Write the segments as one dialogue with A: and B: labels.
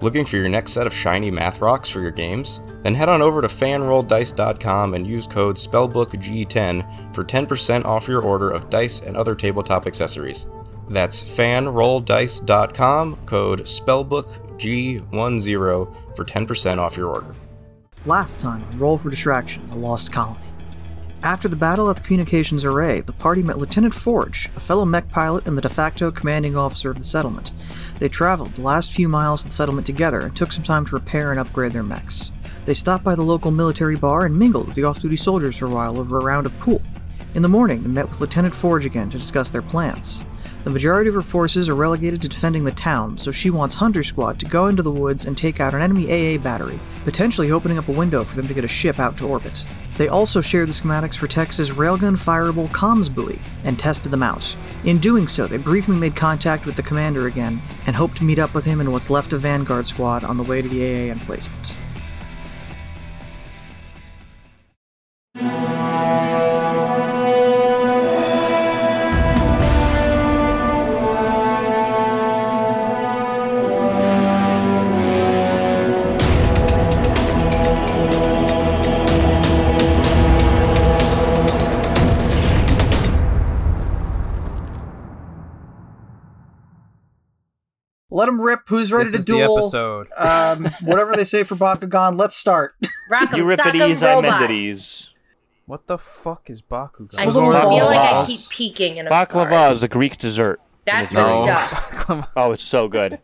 A: Looking for your next set of shiny math rocks for your games? Then head on over to fanrolldice.com and use code SPELLBOOKG10 for 10% off your order of dice and other tabletop accessories. That's fanrolldice.com, code SPELLBOOKG10 for 10% off your order.
B: Last time, on roll for distraction, the Lost Colony. After the battle at the communications array, the party met Lieutenant Forge, a fellow mech pilot and the de facto commanding officer of the settlement. They traveled the last few miles of the settlement together and took some time to repair and upgrade their mechs. They stopped by the local military bar and mingled with the off duty soldiers for a while over a round of pool. In the morning, they met with Lieutenant Forge again to discuss their plans. The majority of her forces are relegated to defending the town, so she wants Hunter Squad to go into the woods and take out an enemy AA battery, potentially opening up a window for them to get a ship out to orbit. They also shared the schematics for Tex's railgun fireable comms buoy and tested them out. In doing so, they briefly made contact with the commander again and hope to meet up with him and what's left of Vanguard Squad on the way to the AA emplacement. Let him rip. Who's ready
C: this
B: to
C: is
B: duel?
C: the episode.
B: um, whatever they say for Bakugan, let's start.
D: Rock'em sock'em
E: Euripides,
D: robots.
E: Emendides.
C: What the fuck is Bakugan?
D: I,
B: Those are
D: I feel like I
B: balls.
D: keep peeking and I'm sorry.
E: Baklava is a Greek dessert.
D: That's
E: No.
D: good stuff.
E: Oh, it's so good.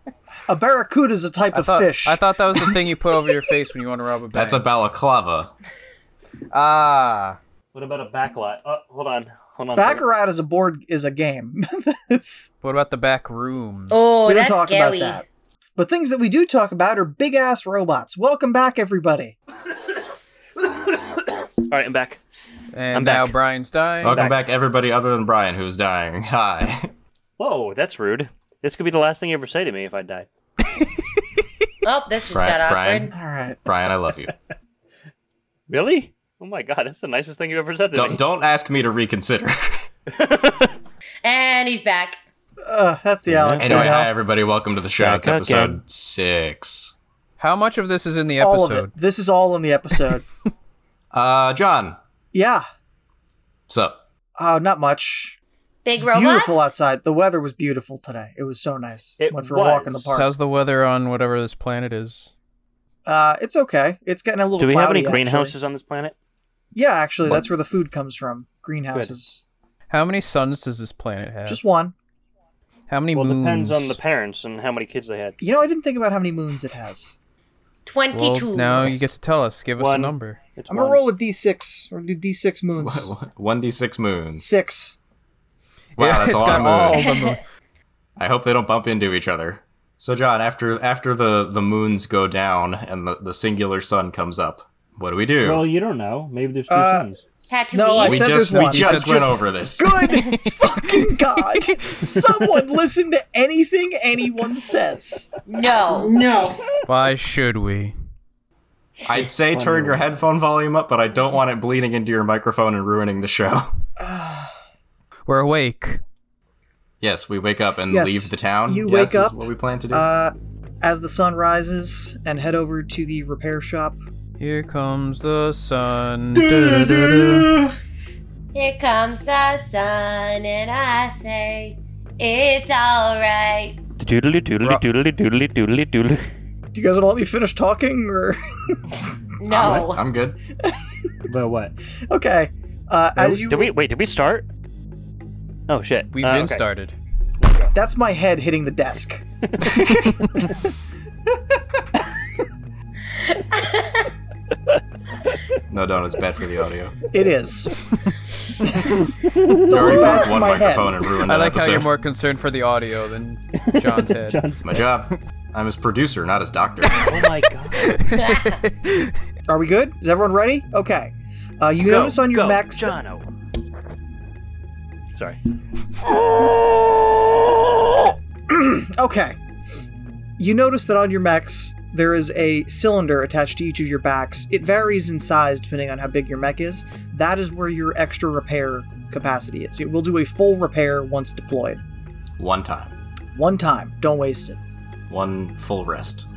B: A barracuda is a type
C: I
B: of
C: thought,
B: fish.
C: I thought that was the thing you put over your face when you want to rob a bank.
F: That's a balaclava.
C: ah.
E: What about a backlight? Oh, hold on. Hold on.
B: Baccarat is a board is a game. It's-
C: What about the back rooms?
D: Oh,
B: we don't
D: that's
B: talk
D: scary.
B: about that. But things that we do talk about are big ass robots. Welcome back, everybody.
E: All right, I'm back.
C: And
E: I'm
C: now
E: back.
C: Brian's dying.
E: back.
F: Welcome back. everybody, other than Brian, who's dying. Hi.
E: Whoa, that's rude. This could be the last thing you ever say to me if I die.
D: Oh, that's just
F: Brian-
D: got awkward.
F: Brian?
B: All right.
F: Brian, I love you.
E: Really? Oh my god, that's the nicest thing you ever said to me.
F: Don't, don't ask me to reconsider.
D: And he's back.
B: Uh, that's the Alex.
F: anyway,
B: we know.
F: hi, everybody. Welcome to the show. It's
E: Back
F: episode
E: again.
F: six.
C: How much of this is in the
B: all
C: episode?
B: of it. This is all in the episode.
F: Uh, John,
B: yeah.
F: what's up?
B: Uh, not much.
D: Big robots.
B: Beautiful outside. The weather was beautiful today. It was so nice.
E: It
B: Went for a walk
E: was.
B: in the park.
C: How's the weather on whatever this planet is?
B: Uh, it's okay. It's getting a little.
E: Do we have
B: cloudy,
E: any
B: actually.
E: greenhouses on this planet?
B: Yeah, actually, that's where the food comes from. Greenhouses.
C: How many suns does this planet have?
B: Just one.
C: How many
E: Well, it
C: moons?
E: depends on the parents and how many kids they had.
B: You know, I didn't think about how many moons it has.
D: 22.
C: Well, now you get to tell us. Give us
E: One.
C: a number.
E: It's
B: I'm gonna
E: one.
B: roll a d6 or do d6 moons.
F: 1d6 moons.
B: Six.
F: Wow,
C: Yeah,
F: that's
C: it's
F: a lot
C: got
F: of
C: all
F: moons.
C: the moon.
F: I hope they don't bump into each other. So, John, after after the, the moons go down and the, the singular sun comes up, what do we do?
E: Well, you don't know. Maybe there's two
B: Uh,
E: things.
D: Tattoo
B: No, I
F: we
B: said
F: just
B: there's
F: we
B: one.
F: just,
B: You said
F: went
B: just-
F: over this.
B: Good fucking god! Someone listen to anything anyone says.
D: No.
G: No.
C: Why should we?
F: I'd say turn your headphone volume up, but I don't want it bleeding into your microphone and ruining the show.
B: Uh,
C: We're awake.
F: Yes, we wake up and
B: Yes,
F: leave the town.
B: you
F: Yes,
B: wake up,
F: Is what we plan to do.
B: Uh, as the sun rises and head over to the repair shop.
C: Here comes the sun. Du-du-du-du.
D: Here comes the sun, and I say, it's alright.
E: Doodly doodly doodly doodly doodly doodly.
B: Do you guys want to let me finish talking, or
D: No.
F: I'm good.
E: About what?
B: okay? Uh, as you,
E: Did we wait? Did we start? Oh shit.
C: We've
E: Uh,
C: been
E: okay.
C: started.
B: that's my head hitting the desk.
F: No, don't. It's bad for the audio.
B: It is.
F: It's already
B: bad
F: broke
B: for
F: one
B: my head.
F: microphone and ruined
C: I
F: an
C: like how
F: episode.
C: you're more concerned for the audio than John's head.
F: It's my job. I'm his producer, not his doctor.
E: Oh my god.
B: Are we good? Is everyone ready? Okay. Uh, you notice on your
E: go, oh,
B: mechs.
E: Jono. Sorry.
B: Okay. You notice that on your mechs, there is a cylinder attached to each of your backs. It varies in size depending on how big your mech is. That is where your extra repair capacity is. It will do a full repair once deployed.
F: One time,
B: One time. Don't waste it.
F: one full rest.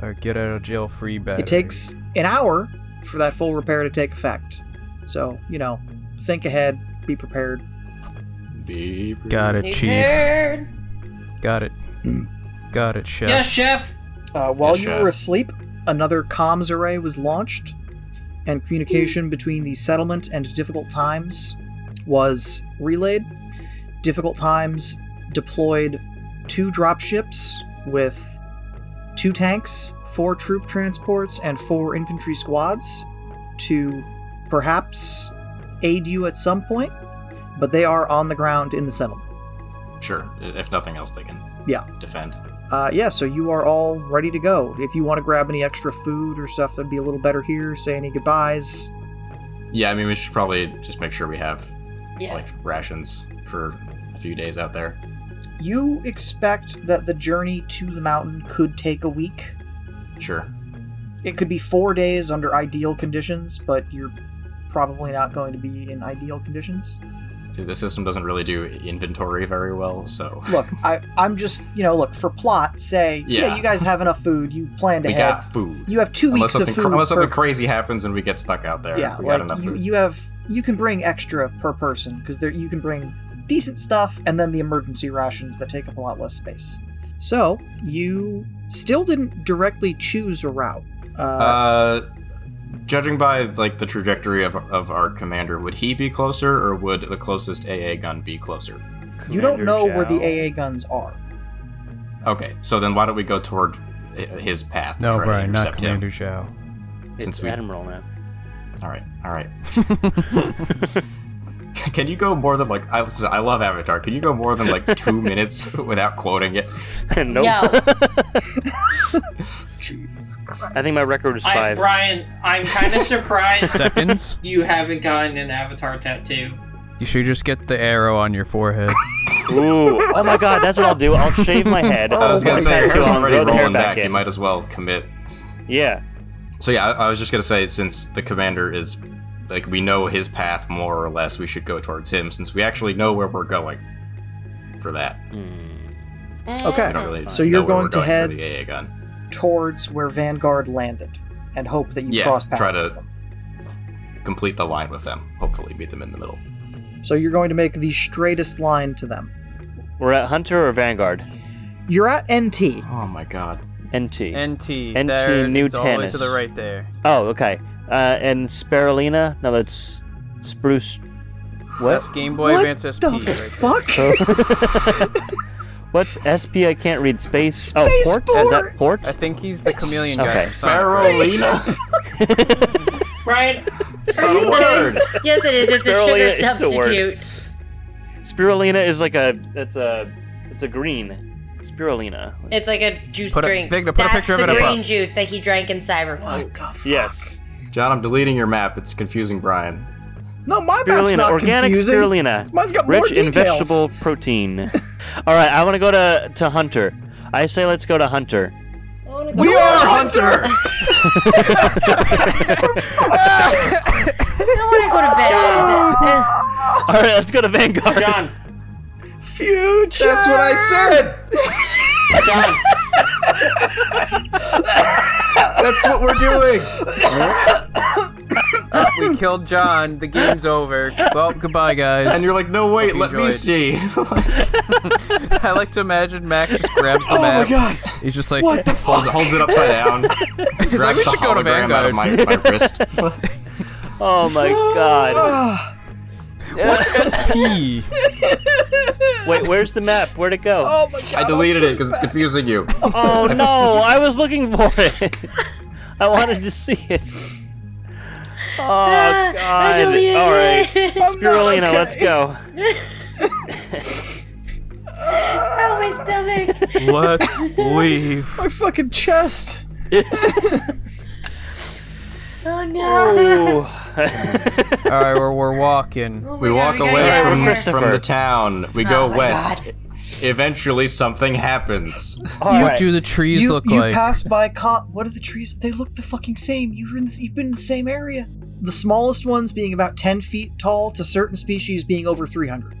C: Or get out of jail free battery.
B: It takes an hour for that full repair to take effect. So, you know, think ahead, be prepared.
H: Be
C: Got
D: New
C: it, chief.
D: nerd.
C: Got it.
B: Hmm.
C: Got it, chef.
I: Yes, chef.
B: Uh, while
H: Yes,
B: you
H: chef.
B: were asleep, another comms array was launched, and communication between the settlement and difficult times was relayed. Difficult times deployed two dropships with two tanks, four troop transports, and four infantry squads to perhaps aid you at some point, but they are on the ground in the settlement.
H: Sure. i- If nothing else, they can
B: Yeah.
H: defend.
B: Uh, yeah, so you are all ready to go. If you want to grab any extra food or stuff that'd be a little better here, say any goodbyes.
H: Yeah, I mean, we should probably just make sure we have
D: Yeah.
H: like rations for a few days out there.
B: You expect that the journey to the mountain could take a week.
H: Sure.
B: It could be four days under ideal conditions, but you're probably not going to be in ideal conditions.
H: The system doesn't really do inventory very well, so
B: Look, I, I'm just, you know, look, for plot, say, yeah,
H: Yeah.
B: you guys have enough food, you planned
H: we
B: ahead.
H: got food.
B: you have two weeks
H: unless
B: of
H: something
B: food.
H: cra- unless
B: per-
H: something crazy happens and we get stuck out there,
B: yeah
H: we got
B: like
H: enough
B: you,
H: food.
B: you have you can bring extra per person because there you can bring decent stuff and then the emergency rations that take up a lot less space so you still didn't directly choose a route uh,
H: Uh, judging by like the trajectory of, of our commander, would he be closer, or would the closest AA gun be closer?
B: you don't
E: Commander
B: know where
E: Zhao.
B: the aa guns are
H: Okay, so then why don't we go toward i- his path?
C: No,
H: try
C: Brian,
H: to
C: not
H: intercept him.
C: Commander Zhao.
E: It's
H: Since we-
E: Admiral now.
H: All right, all right. Can you go more than like I, listen, I love Avatar? Can you go more than like two minutes without quoting it?
E: nope.
D: No.
E: I think my record is
I: I,
E: five.
I: Brian, I'm kind of surprised
C: Seconds?
I: you haven't gotten an avatar tattoo.
C: You should just get the arrow on your forehead.
E: Ooh. Oh my god, that's what I'll do. I'll shave my head.
H: I was
B: Oh
H: gonna
B: my
H: say
B: God.
H: hair's
E: Tattoo on,
H: already
E: grow the hair
H: rolling back.
E: in.
H: You might as well commit.
E: Yeah.
H: So yeah, I, I was just gonna say since the commander is like we know his path more or less, we should go towards him since we actually know where we're going. For that,
E: Hmm.
B: Okay.
H: we don't really.
B: So
H: know
B: you're
H: where we're
B: going to head-
H: for the AA gun.
B: towards where vanguard landed and hope that you
H: Yeah,
B: cross paths
H: try to-
B: with them
H: Complete the line with them. Hopefully, meet them in the middle.
B: so you're going to make the straightest line to them
E: We're at Hunter or Vanguard?
B: you're at nt
H: Oh my god.
E: NT.
C: NT.
E: NT,
C: there,
E: new
C: it's all the way to
E: tennis.
C: the right there.
E: oh, okay. Uh, and Spirulina? No, that's Spruce. What?
C: That's Game Boy
B: Uh, what
C: Advance SP.
B: the
C: right there.
B: fuck
E: What's SP? I can't read space. oh,
B: Space
E: port? Is that port?
C: I think he's the chameleon guy.
E: Okay.
C: from Sonic, right?
I: Brian,
H: It's not a word.
D: Yes, it is. It's a
E: Spirulina
D: sugar
E: is a word.
D: substitute.
E: Spirulina is like a. It's a. It's a green. Spirulina.
D: It's like a juice
C: Put a-
D: drink.
C: Vigna, put a
D: That's
C: picture of
D: the
C: it up
D: green
C: above.
D: juice that he drank in Cyberpunk.
E: Yes.
H: John, I'm deleting your map. It's confusing, Brian.
B: no my map's
E: Spirulina.
B: not
E: Organic
B: confusing
E: spirulina.
B: mine's got more
E: Rich in
B: details
E: vegetable protein. All right, I want to go to to Hunter. I say let's go to Hunter.
D: I wanna go-
B: We are Hunter!
D: I want to go to bed.
E: All right, let's go to Vanguard.
I: John,
B: Future!
H: That's what I said.
I: John,
H: That's what we're doing.
C: we killed John. The game's over. Well, goodbye, guys.
H: And you're like, no, wait,
C: Hope you
H: let me
C: enjoyed.
H: see.
C: I like to imagine Mac just grabs the map.
B: Oh god!
C: He's just like,
H: holds, holds it upside down.
C: He's like,
H: grabs
C: we
H: the
C: should go to
H: hologram out
C: Vanguard.
H: of my, my wrist.
E: Oh my god.
B: Ah,
C: P.
E: Wait, where's the map? Where'd it go?
B: oh my god!
H: I deleted it because it's confusing you.
E: Oh no, I was looking for it. I wanted to see it. Oh
B: Ah,
E: god.
D: I deleted
E: All right.
D: it.
E: Spirulina, let's go.
D: Oh, my stomach.
C: Let's leave.
B: My fucking chest!
D: Oh no.
C: All right, we're, we're walking.
D: Oh my
H: We
D: God,
H: walk
D: gotta
H: away
D: get out of
H: from,
D: here.
H: from the town. We go
D: Oh my
H: west. Eventually, something happens.
E: All
C: you
E: right.
C: do the trees
B: you
C: look
B: you
C: like?
B: pass by con- what are the trees? They look the fucking same. You're in this, you've been in the same area. The smallest ones being about 10 feet tall to certain species being over 300.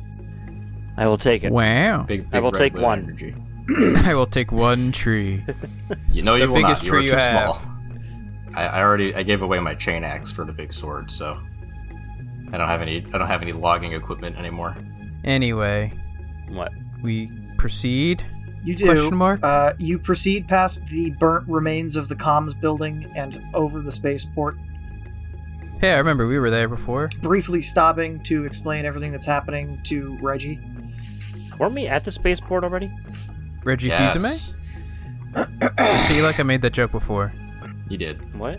E: I will take it.
C: wow.
H: Big,
E: I will
H: red
E: take
H: with
E: one.
H: Energy.
C: I will take one tree.
H: You know you will not.
C: biggest
H: You are
C: tree
H: too
C: you have.
H: small. I, I already I gave away my chain axe for the big sword, so I don't have any I don't have any logging equipment anymore.
C: Anyway,
J: What?
C: we proceed.
B: You do.
C: Question mark?
B: Uh, you proceed past the burnt remains of the comms building and over the spaceport,
C: Hey, I remember we were there before.
B: briefly stopping to explain everything that's happening to Reggie.
J: Weren't we at the spaceport already?
C: Reggie Fils-Aimé?
H: Yes,
C: I feel like I made that joke before.
H: you did.
J: What?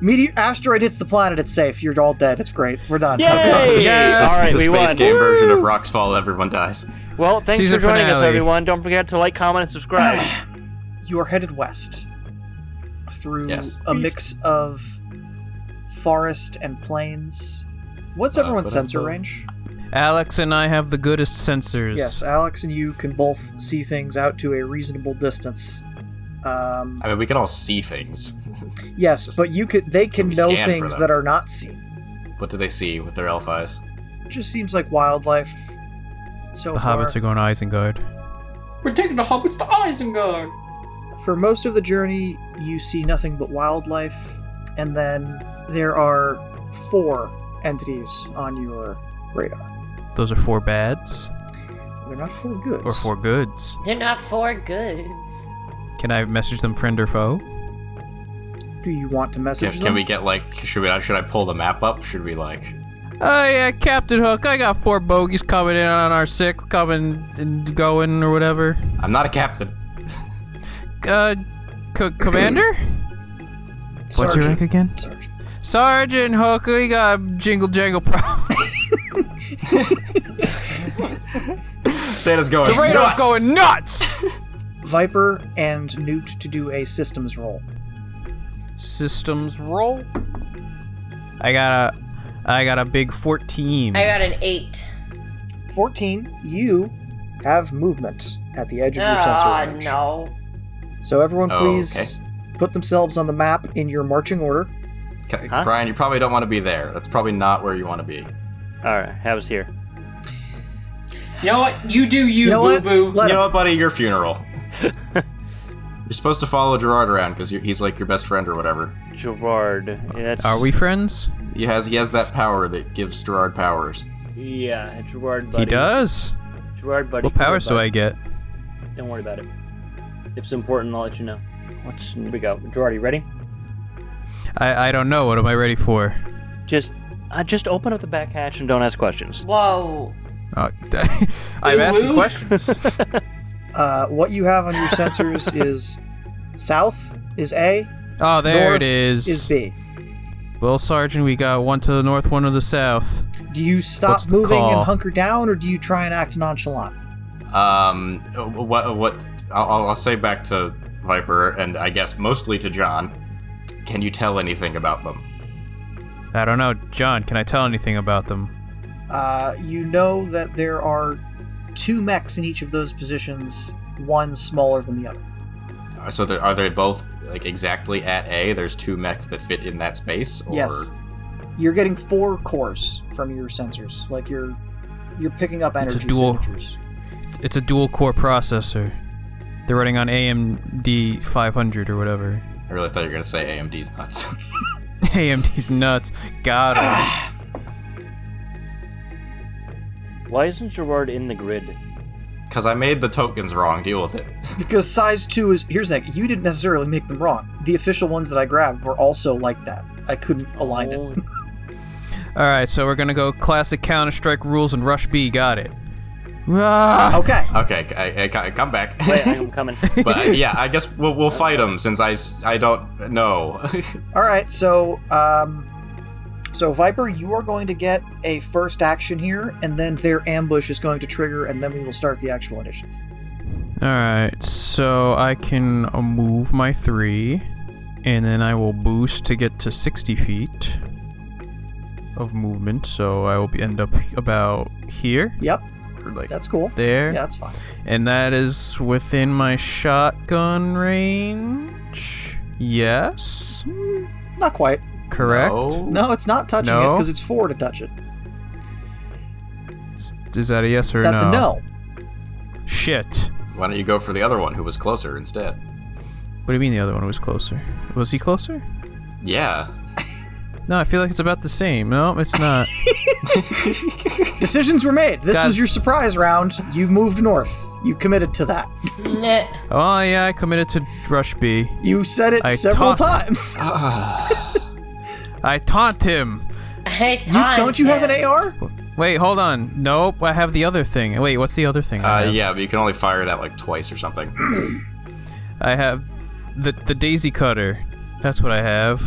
B: Meteor asteroid hits the planet. It's safe. You're all dead. It's great. We're done.
J: Yay!
C: Yes!
J: All right,
H: the
J: we
H: space
J: won.
H: game version of Rocks Fall, everyone dies.
J: Well, thanks
C: Season
J: for joining us,
C: finale.
J: everyone. Don't forget to like, comment, and subscribe.
B: You are headed west through
H: Yes.
B: a mix of forest and plains. What's
H: Uh,
B: everyone's
H: but I
B: sensor
H: thought-
B: range?
C: Alex and I have the goodest sensors.
B: Yes, Alex and you can both see things out to a reasonable distance. Um,
H: I mean, we can all see things.
B: yes,
H: just-
B: but you could they can
H: we
B: know
H: scan for
B: things
H: them.
B: that are not seen.
H: What do they see with their elf eyes?
B: It just seems like wildlife. So
C: The
B: far,
C: hobbits are going to Isengard.
I: We're taking the hobbits to Isengard.
B: for most of the journey, you see nothing but wildlife, and then there are four entities on your radar.
C: Those are four bads
B: They're not four goods.
C: or four goods.
D: They're not for goods.
C: Can I message them friend or foe?
B: Do you want to
H: Can,
B: message
H: can
B: them?
H: we get like should we should I pull the map up? Should we like
C: Oh yeah, Captain Hook, I got four bogeys coming in on our sixth, coming and going or whatever.
H: I'm not a captain.
C: Uh, co- Commander?
B: Sergeant.
C: again?
B: Sergeant.
C: Sergeant Hook, we got jingle jangle problem.
H: Santa's going.
C: the radar's
H: nuts!
C: going nuts!
B: Viper and Newt to do a systems roll.
C: Systems roll. I got a, I got a big 14.
D: I got an eight.
B: 14, you have movement at the edge of your sensor
D: Oh,
B: range.
D: no.
B: So everyone
H: Oh,
B: please put themselves on the map in your marching order.
H: Okay,
J: Huh?
H: Brian, you probably don't want to be there. That's probably not where you want to be.
J: All right, have us here.
I: You know what? You do you,
B: You know what?
I: boo boo.
B: Let
H: you know
B: him.
H: what, buddy? Your funeral. You're supposed to follow Gerard around because he's like your best friend or whatever.
J: Gerard. Yeah, that's-
C: Are we friends?
H: He has he has that power that gives Gerard powers.
J: Yeah, Gerard, buddy.
C: He does.
J: Gerard, buddy.
C: What powers do I get?
J: Don't worry about it. If it's important, I'll let you know. Let's. Here we go. Gerard, you ready?
C: I, I don't know. What am I ready for?
J: Just, uh, just open up the back hatch and don't ask questions.
D: Whoa.
C: Uh, I'm asking questions.
B: Uh, what you have on your sensors is south is A,
C: Oh, there
B: north
C: it is.
B: is B.
C: Well, Sergeant, we got one to the north, one to the south.
B: Do you stop
C: What's the
B: moving
C: call?
B: and hunker down, or do you try and act nonchalant?
H: Um, what what? I'll, I'll- I'll say back to Viper and I guess mostly to John. Can you tell anything about them?
C: I don't know, John. Can I tell anything about them?
B: Uh, you know that there are two mechs in each of those positions, one smaller than the other.
H: Uh, So there, are they both like exactly at A? There's two mechs that fit in that space. Or,
B: Yes. You're getting four cores from your sensors. Like you're you're picking up
C: It's a
B: energy
C: dual-
B: signatures.
C: It's a dual core processor. They're running on AMD 500 or whatever.
H: I really thought you were gonna say AMD's nuts.
C: AMD's nuts. Got him.
J: Why isn't Gerard in the grid?
H: Cause I made the tokens wrong. Deal with it.
B: Because size two is here's the thing, you didn't necessarily make them wrong. The official ones that I grabbed were also like that. I couldn't align
C: Oh.
B: it.
J: Holy-
C: All right, so we're gonna go classic Counter Strike rules and rush B. Got it. Ah!
B: Okay.
H: Okay, I, I, I come back.
J: Wait, I'm coming.
H: but I- yeah, I guess we'll, we'll fight him since I, s- I don't know.
B: All right. So um so Viper, you are going to get a first action here and then their ambush is going to trigger and then we will start the actual initiative.
C: All right, so I can uh, move my three, and then I will boost to get to 60 feet of movement. So I will be end up about here,
B: Yep.
C: or like
B: That's cool.
C: there.
B: Yeah, that's fine.
C: And that is within my shotgun range. Yes.
B: Not quite.
C: Correct.
H: No.
B: No, it's not touching it
C: No.
B: because it's four to touch it.
C: S- Is that a yes or
B: That's
C: no?
B: a no.
C: Shit.
H: Why don't you go for the other one who was closer instead?
C: What do you mean the other one was closer? Was he closer?
H: Yeah.
C: No, I feel like it's about the same. No, it's not.
B: Decisions were made. This
C: Guys-
B: was your surprise round. You moved north. You committed to that.
D: Nah.
C: oh yeah, I committed to rush B.
B: You said it
C: I
B: several
C: ta-
B: times.
C: I taunt him.
D: Hey,
B: You- don't you have an
D: A?
B: AR?
C: Wait, hold on. Nope, I have the other thing. Wait, what's the other thing? I
H: Uh,
C: have?
H: yeah, but you can only fire that like twice or something.
C: I have the the daisy cutter. That's what I have.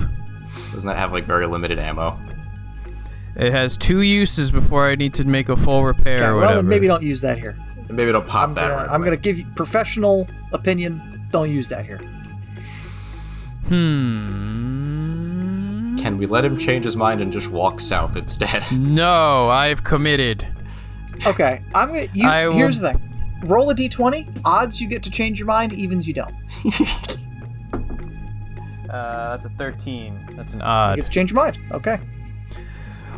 H: Doesn't that have like very limited ammo?
C: It has two uses before I need to make a full repair
B: Okay,
C: or
B: well,
C: whatever.
B: then maybe don't use that here.
H: Maybe it'll pop
B: I'm
H: that
B: gonna,
H: right
B: I'm
H: away.
B: gonna give you professional opinion. Don't use that here.
C: Hmm.
H: Can we let him change his mind and just walk south instead?
C: No, I've committed.
B: Okay, I'm gonna. You,
C: I will-
B: Here's the thing. Roll a d20. Odds you get to change your mind. Evens you don't.
J: Uh, that's a 13.
C: That's
J: That's
C: an
B: You
C: odd.
B: get to change your mind. Okay.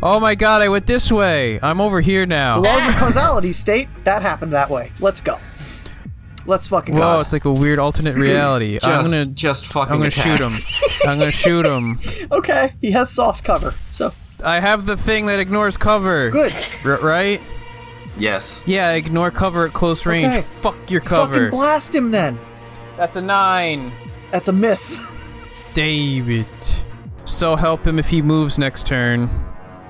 C: Oh my god, I went this way. I'm over here
B: The
C: now.
B: laws of causality state that happened that way. Let's go. Let's fucking
C: Whoa,
B: go.
C: it's like a weird alternate
B: Hmm.
C: reality. I'm
H: just,
C: gonna,
H: just fucking
C: I'm gonna
H: attack.
C: shoot him. I'm gonna shoot him.
B: Okay. He has soft cover, so
C: I have the thing that ignores cover.
B: good.
C: R- right?
H: Yes.
C: Yeah, ignore cover at close range.
B: Okay.
C: Fuck your
B: Fucking
C: cover,
B: blast him then.
J: That's a 9.
B: That's a miss.
C: David. So help him if he moves next turn.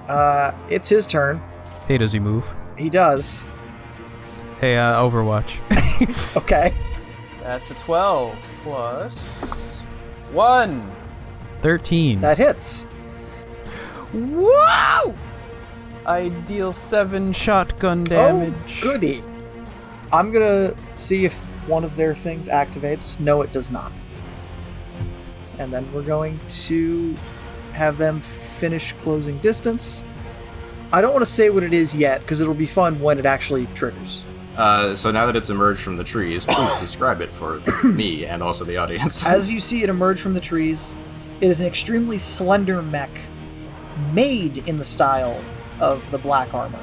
B: Uh, it's his turn.
C: Hey, does he move?
B: He does.
C: Hey, uh, Overwatch.
B: Okay.
J: That's a 12. Plus 1.
C: 13.
B: That hits.
J: Wow! I deal 7 shotgun damage.
B: Oh, goody. I'm gonna see if one of their things activates. No, it does not. And then we're going to have them finish closing distance. I don't want to say what it is yet because it'll be fun when it actually triggers.
H: Uh, so now that it's emerged from the trees, please describe it for me and also the audience.
B: As you see it emerge from the trees, it is an extremely slender mech made in the style of the black armor.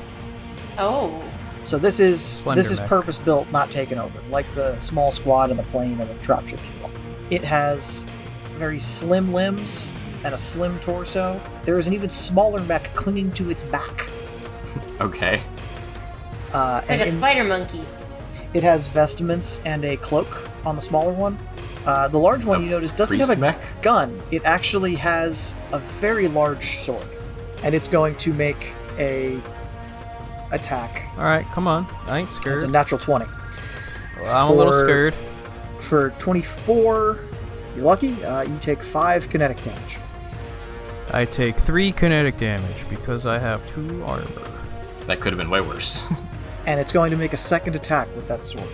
D: Oh.
B: So this is
C: Slender
B: this is
C: mech.
B: purpose built, not taken over, like the small squad and the plane and the dropship people. It has very slim limbs and a slim torso. There is an even smaller mech clinging to its back,
H: okay.
B: uh,
D: It's
B: and
D: like a
B: in-
D: spider monkey.
B: it has vestments and a cloak on the smaller one. Uh, the large one
H: A
B: you notice doesn't have a
H: priest mech?
B: gun. It actually has a very large sword, and it's going to make a attack.
C: All right, come on. I ain't
B: It's a
C: scared.
B: natural twenty.
C: I'm a little
B: for-
C: scared.
B: for 24 you're lucky uh, you take 5 kinetic damage
C: I take three kinetic damage because I have two armor.
H: That could have been way worse.
B: and it's going to make a second attack with that sword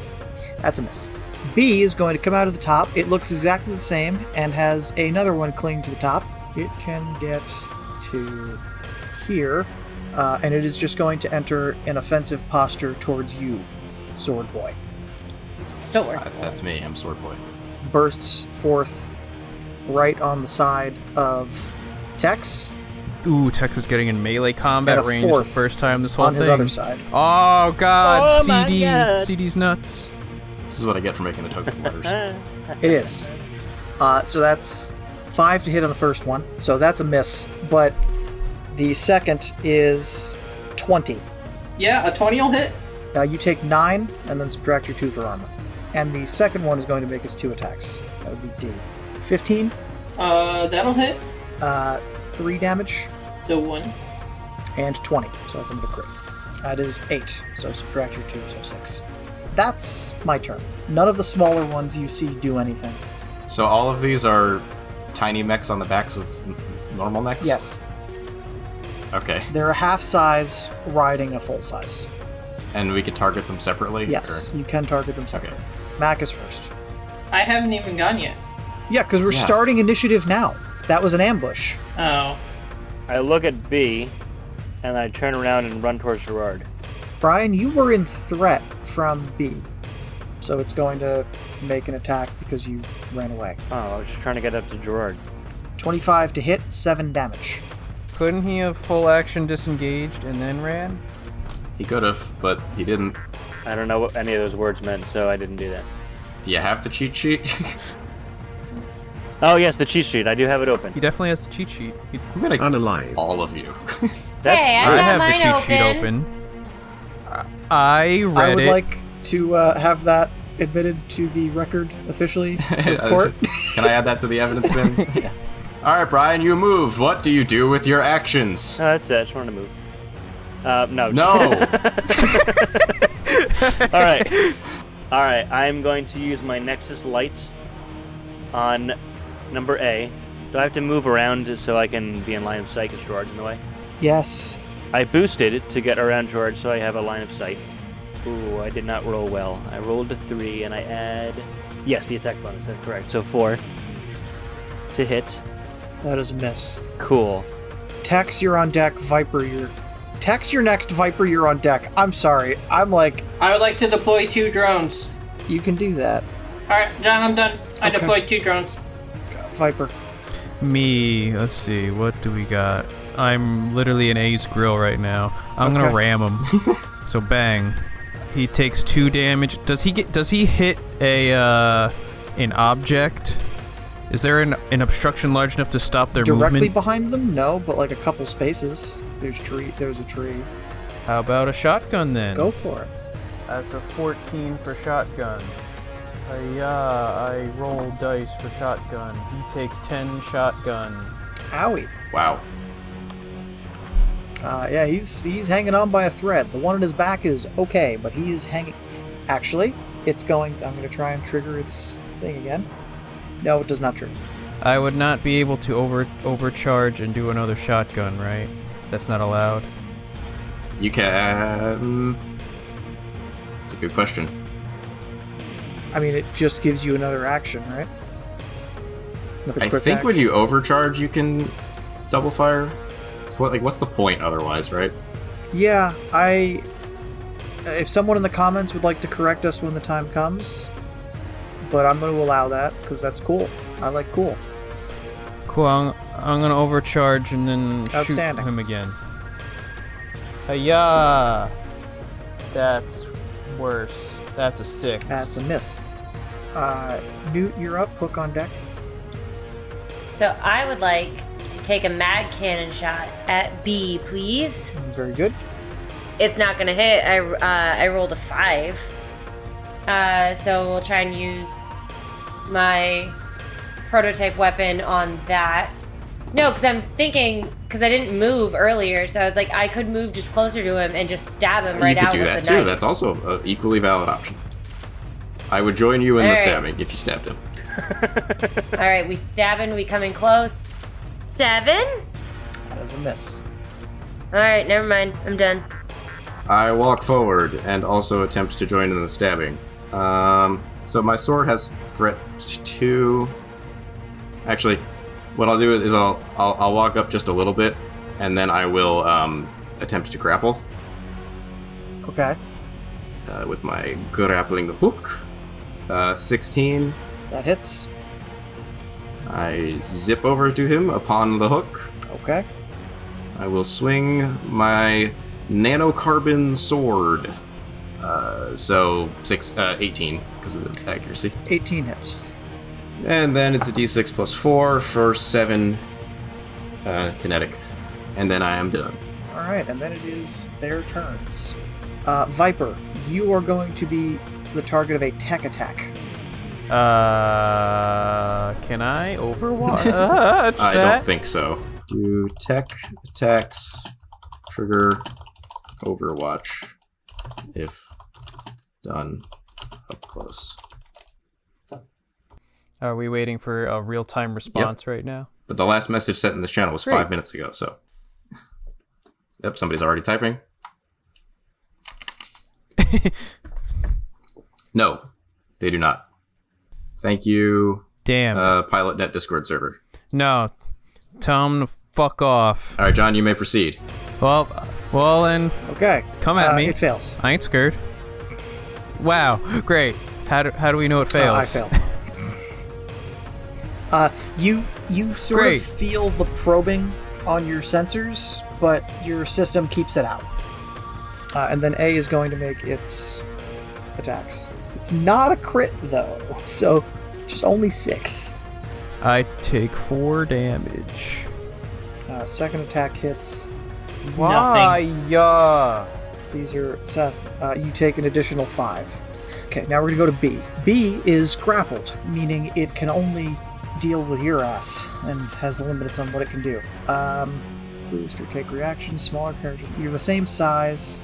B: that's a miss b is going to come out of the top it looks exactly the same and has another one clinging to the top it can get to here uh, and it is just going to enter an offensive posture towards you sword boy
D: Sword.
H: Uh, That's me. I'm Swordboy.
B: bursts forth right on the side of tex
C: Ooh, Tex is getting in melee combat
B: And a
C: range the
B: fourth
C: first time this whole
B: on
C: thing.
B: his other side
C: Oh god,
J: Oh my
C: CD,
J: God.
C: CD's nuts.
H: This is what I get for making the tokens letters.
J: Uh,
B: It is. Uh, so that's five to hit on the first one. So that's a miss. But the second is 20.
I: Yeah, a 20 will hit.
B: Now you take nine and then subtract your two for armor. And the second one is going to make its two attacks. That would be D. 15,
I: Uh, that'll hit.
B: uh, three damage,
I: So one.
B: and 20. So that's another crit. That is eight. So subtract your two, so six. That's my turn. None of the smaller ones you see do anything.
H: so all of these are tiny mechs on the backs of n- normal mechs?
B: Yes,
H: Okay.
B: they're a half size riding a full size.
H: And we could target them separately?
B: Yes,
H: or-
B: you can target them
H: Okay.
B: separately. Mac is first.
I: I haven't even gone yet.
B: Yeah, because we're
H: Yeah.
B: starting initiative now. That was an ambush.
I: Oh.
E: I look at B, and I turn around and run towards Gerard.
B: Brian, you were in threat from B, so it's going to make an attack because you ran away.
E: Oh, I was just trying to get up to Gerard.
B: 25 to hit, 7 damage.
C: Couldn't he have full action disengaged and then ran?
H: He could have, but he didn't.
E: I don't know what any of those words meant, so I didn't do that.
H: Do you have the cheat sheet?
E: Oh yes, the cheat sheet. I do have it open.
C: He definitely has the cheat sheet. He-
H: I'm gonna
K: Unalive.
H: all of you.
E: That's
D: hey, I,
C: I
D: got
C: have the
D: mine
C: cheat
D: open.
C: sheet open. I read
B: I would
C: it.
B: like to uh, have that admitted to the record officially with court.
H: Can I add that to the evidence bin? All right, Brian, you moved. What do you do with your actions?
E: No, Oh, that's it. I just wanted to move. Uh, no.
H: No.
E: All right. All right. I'm going to use my Nexus light on number A. Do I have to move around so I can be in line of sight? Because Gerard's in the way.
B: yes.
E: I boosted it to get around Gerard so I have a line of sight. Ooh, I did not roll well. I rolled a three, and I add yes, the attack bonus. That's correct. So four to hit.
B: That is a miss.
E: Cool.
B: Tax, you're on deck. Viper, you're. Tax, your next. Viper, you're on deck. I'm sorry. I'm like,
I: I would like to deploy two drones.
B: you can do that.
I: All right, John, I'm done. I
B: Okay.
I: deployed two drones.
B: Viper.
C: Me, let's see, what do we got? I'm literally an A's grill right now. I'm gonna
B: Okay.
C: ram him. so bang, he takes two damage. Does he get? Does he hit a uh, an object? Is there an, an obstruction large enough to stop their
B: Directly
C: movement?
B: behind them? No, but like a couple spaces. There's tree. There's a tree.
C: How about a shotgun then?
B: Go for it.
C: That's a 14 for shotgun. Uh, yeah, I roll dice for shotgun. He takes 10 shotgun.
B: Owie.
H: wow.
B: Uh, yeah, he's he's hanging on by a thread. The one on his back is okay, but he is hanging. Actually, it's going. I'm going to try and trigger its thing again. No, it does not trigger.
C: I would not be able to over overcharge and do another shotgun, right? That's not allowed.
H: You can. That's a good question.
B: I mean, it just gives you another action, right? Another
H: I
B: quick
H: think
B: action.
H: when you overcharge, you can double fire. So what, like, what's the point otherwise, right?
B: Yeah, I. If someone in the comments would like to correct us when the time comes, but I'm going to allow that because that's cool. I like cool.
C: Cool. I'm, I'm gonna overcharge and then shoot
B: Outstanding.
C: him again. Hiya! That's worse. That's a six.
B: That's a miss. Uh, Newt, you're up. Hook on deck.
D: So I would like to take a mag cannon shot at B, please.
B: Very good.
D: It's not gonna hit. I uh, I rolled a five. Uh, so we'll try and use my prototype weapon on that. No, because I'm thinking because I didn't move earlier, so I was like I could move just closer to him and just stab him right
H: you could
D: out
H: do
D: with
H: that
D: the
H: too.
D: knife.
H: That's also an equally valid option. I would join you in the
D: Alright.
H: stabbing if you stabbed him.
D: All right, we stabbing. We coming close. Seven.
B: That is a miss.
D: All right, never mind. I'm done.
H: I walk forward and also attempt to join in the stabbing. Um, so my sword has threat two. Actually, what I'll do is, is I'll, I'll I'll walk up just a little bit, and then I will um, attempt to grapple
B: Okay.
H: uh, with my grappling hook. Uh, Sixteen.
B: That hits.
H: I zip over to him upon the hook.
B: Okay.
H: I will swing my nanocarbon sword. Uh, so six, uh, 18 because of the accuracy.
B: 18 hits.
H: And then it's a d6 plus 4 for 7 uh, kinetic. And then I am done.
B: All right, and then it is their turns. Uh, Viper, you are going to be the target of a tech attack.
C: Uh, can I overwatch? that?
H: I don't think so. Do tech attacks trigger Overwatch if done up close.
C: Are we waiting for a real time response right now?
H: But the last message sent in this channel was five minutes ago, so. Yep, somebody's already typing. no, they do not. Thank you,
C: Damn.
H: uh, PilotNet Discord server.
C: no. Tell him to fuck off.
H: All right, John, you may proceed.
C: Well, well, then
B: Okay.
C: Come at
B: Uh,
C: me.
B: It fails.
C: I ain't scared. Wow, great. How do, how do we know it
B: Uh,
C: fails?
B: I failed. uh, you you sort
C: Great.
B: of feel the probing on your sensors, but your system keeps it out. Uh, and then A is going to make its attacks. It's not a crit though, so just only six.
C: I take four damage.
B: Uh, second attack hits.
L: Why? Yeah.
B: These are Seth. Uh, you take an additional five. Okay, now we're gonna go to B. B is grappled, meaning it can only deal with your ass and has limits on what it can do. Um, boost or take reaction. Smaller character. You're the same size.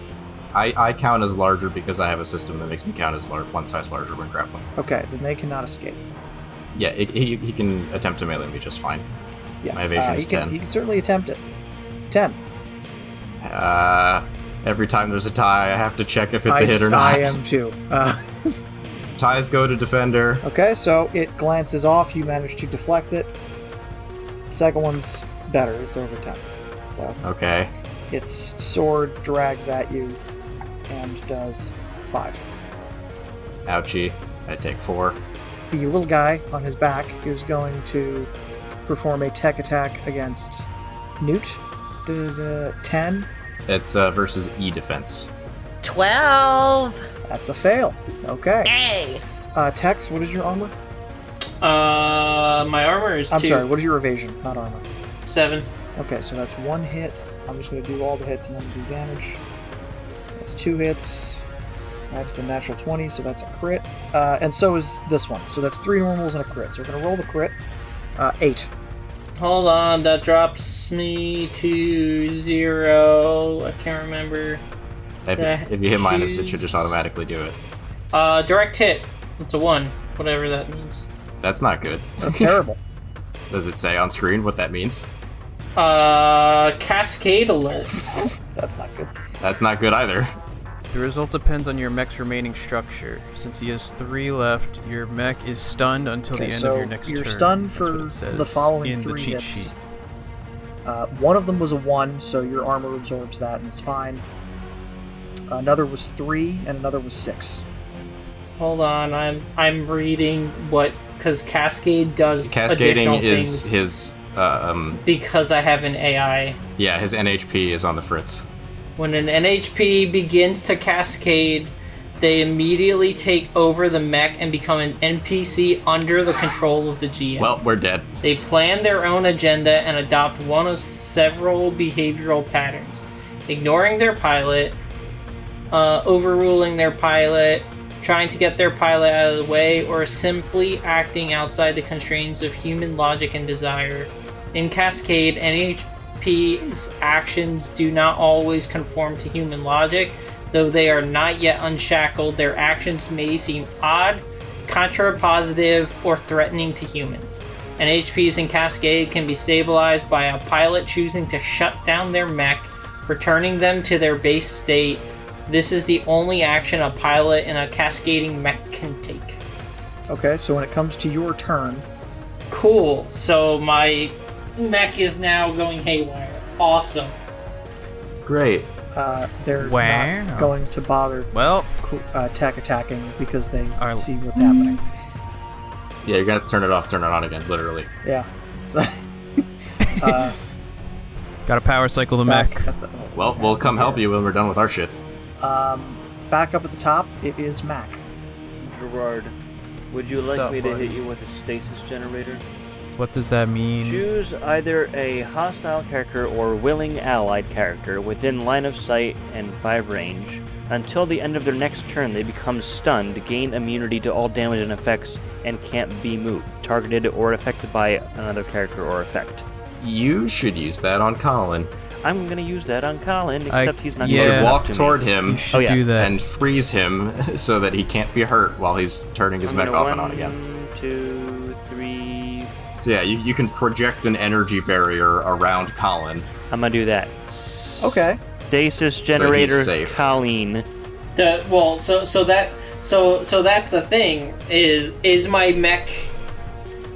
H: I, I count as larger because I have a system that makes me count as lar- one size larger when grappling.
B: Okay, then they cannot escape.
H: Yeah, it, he, he can attempt to melee me just fine.
B: Yeah,
H: My evasion
B: uh,
H: is
B: you can,
H: 10.
B: You can certainly attempt it. Ten.
H: Uh, every time there's a tie, I have to check if it's a
B: I-
H: hit or not.
B: I am too. Uh,
H: Ties go to defender.
B: okay, so it glances off. You manage to deflect it. Second one's better. It's over ten. So
H: Okay.
B: its sword drags at you and does five.
H: Ouchie. I take four.
B: The little guy on his back is going to perform a tech attack against Newt. Da-da-da, Ten.
H: It's uh, versus E defense.
D: 12.
B: That's a fail. Okay.
D: Hey.
B: Uh, Tex, what is your armor?
I: Uh, my armor is
B: I'm
I: two.
B: sorry. What is your evasion? Not armor.
I: Seven.
B: Okay, so that's one hit. I'm just going to do all the hits and then do damage. That's two hits. That's a natural 20, so that's a crit. Uh, and so is this one. So that's three normals and a crit. So we're going to roll the crit. Uh, eight.
I: Hold on, that drops me to zero. I can't remember.
H: If,
I: Yeah,
H: if you hit minus, it should
I: she's-
H: just automatically do it.
I: Uh, direct hit. It's a one, whatever that means.
H: That's not good.
B: That's terrible.
H: Does it say on screen what that means?
I: Uh, cascade alert.
B: That's not good.
H: That's not good either.
C: The result depends on your mech's remaining structure. Since he has three left, your mech is stunned until
B: Okay,
C: the end
B: so
C: of your next
B: you're
C: turn.
B: stunned
C: That's
B: for
C: what it says
B: the following
C: in
B: three
C: the cheat
B: hits.
C: sheet.
B: Uh, one of them was a one, so your armor absorbs that and is fine. Another was three, and another was six.
I: Hold on, I'm I'm reading what because cascade does
H: Cascading
I: additional
H: is
I: things
H: his. Uh, um,
I: because I have an AI.
H: yeah, his NHP is on the fritz.
I: When an NHP begins to cascade, they immediately take over the mech and become an NPC under the control of the GM.
H: Well, we're dead.
I: They plan their own agenda and adopt one of several behavioral patterns, ignoring their pilot, uh, overruling their pilot, trying to get their pilot out of the way, or simply acting outside the constraints of human logic and desire. In Cascade, NHP's actions do not always conform to human logic. Though they are not yet unshackled, their actions may seem odd, contrapositive, or threatening to humans. And HPs in Cascade can be stabilized by a pilot choosing to shut down their mech, returning them to their base state. This is the only action a pilot in a cascading mech can take.
B: Okay, so when it comes to your turn,
I: Cool. So my mech is now going haywire. Awesome.
H: Great.
B: uh, they're
C: Wow.
B: not going to bother
C: Well,
B: co- uh, tech attacking because they
C: Our-
B: see what's happening.
H: Yeah, you're gonna have to turn it off, turn it on again, literally.
B: Yeah. So, uh,
C: gotta power cycle the
B: back
C: mech.
B: at the,
H: Well, we'll come help you when we're done with our shit.
B: Um, back up at the top, it is Mac.
E: Gerard, would you like
C: Sup,
E: me to
C: buddy?
E: hit you with a stasis generator?
C: What does that mean?
E: Choose either a hostile character or willing allied character within line of sight and 5 range. Until the end of their next turn, they become stunned, gain immunity to all damage and effects, and can't be moved, targeted, or affected by another character or effect.
H: You should use that on Colin.
E: I'm gonna use that on Colin,
C: I-
E: except he's not
C: You
E: close
C: should
H: Just
C: Yeah.
E: enough
H: walk
E: to me.
H: toward him
C: You should
E: Oh, yeah.
C: do that.
H: and freeze him so that he can't be hurt while he's turning his
E: I'm
H: mech
E: gonna
H: off and on
E: one,
H: again.
E: two, three.
H: So yeah, you, you can project an energy barrier around Colin.
E: I'm gonna do that.
B: Okay.
E: Stasis generator,
H: safe.
E: Colleen.
I: The well, so so that so so that's the thing is is my mech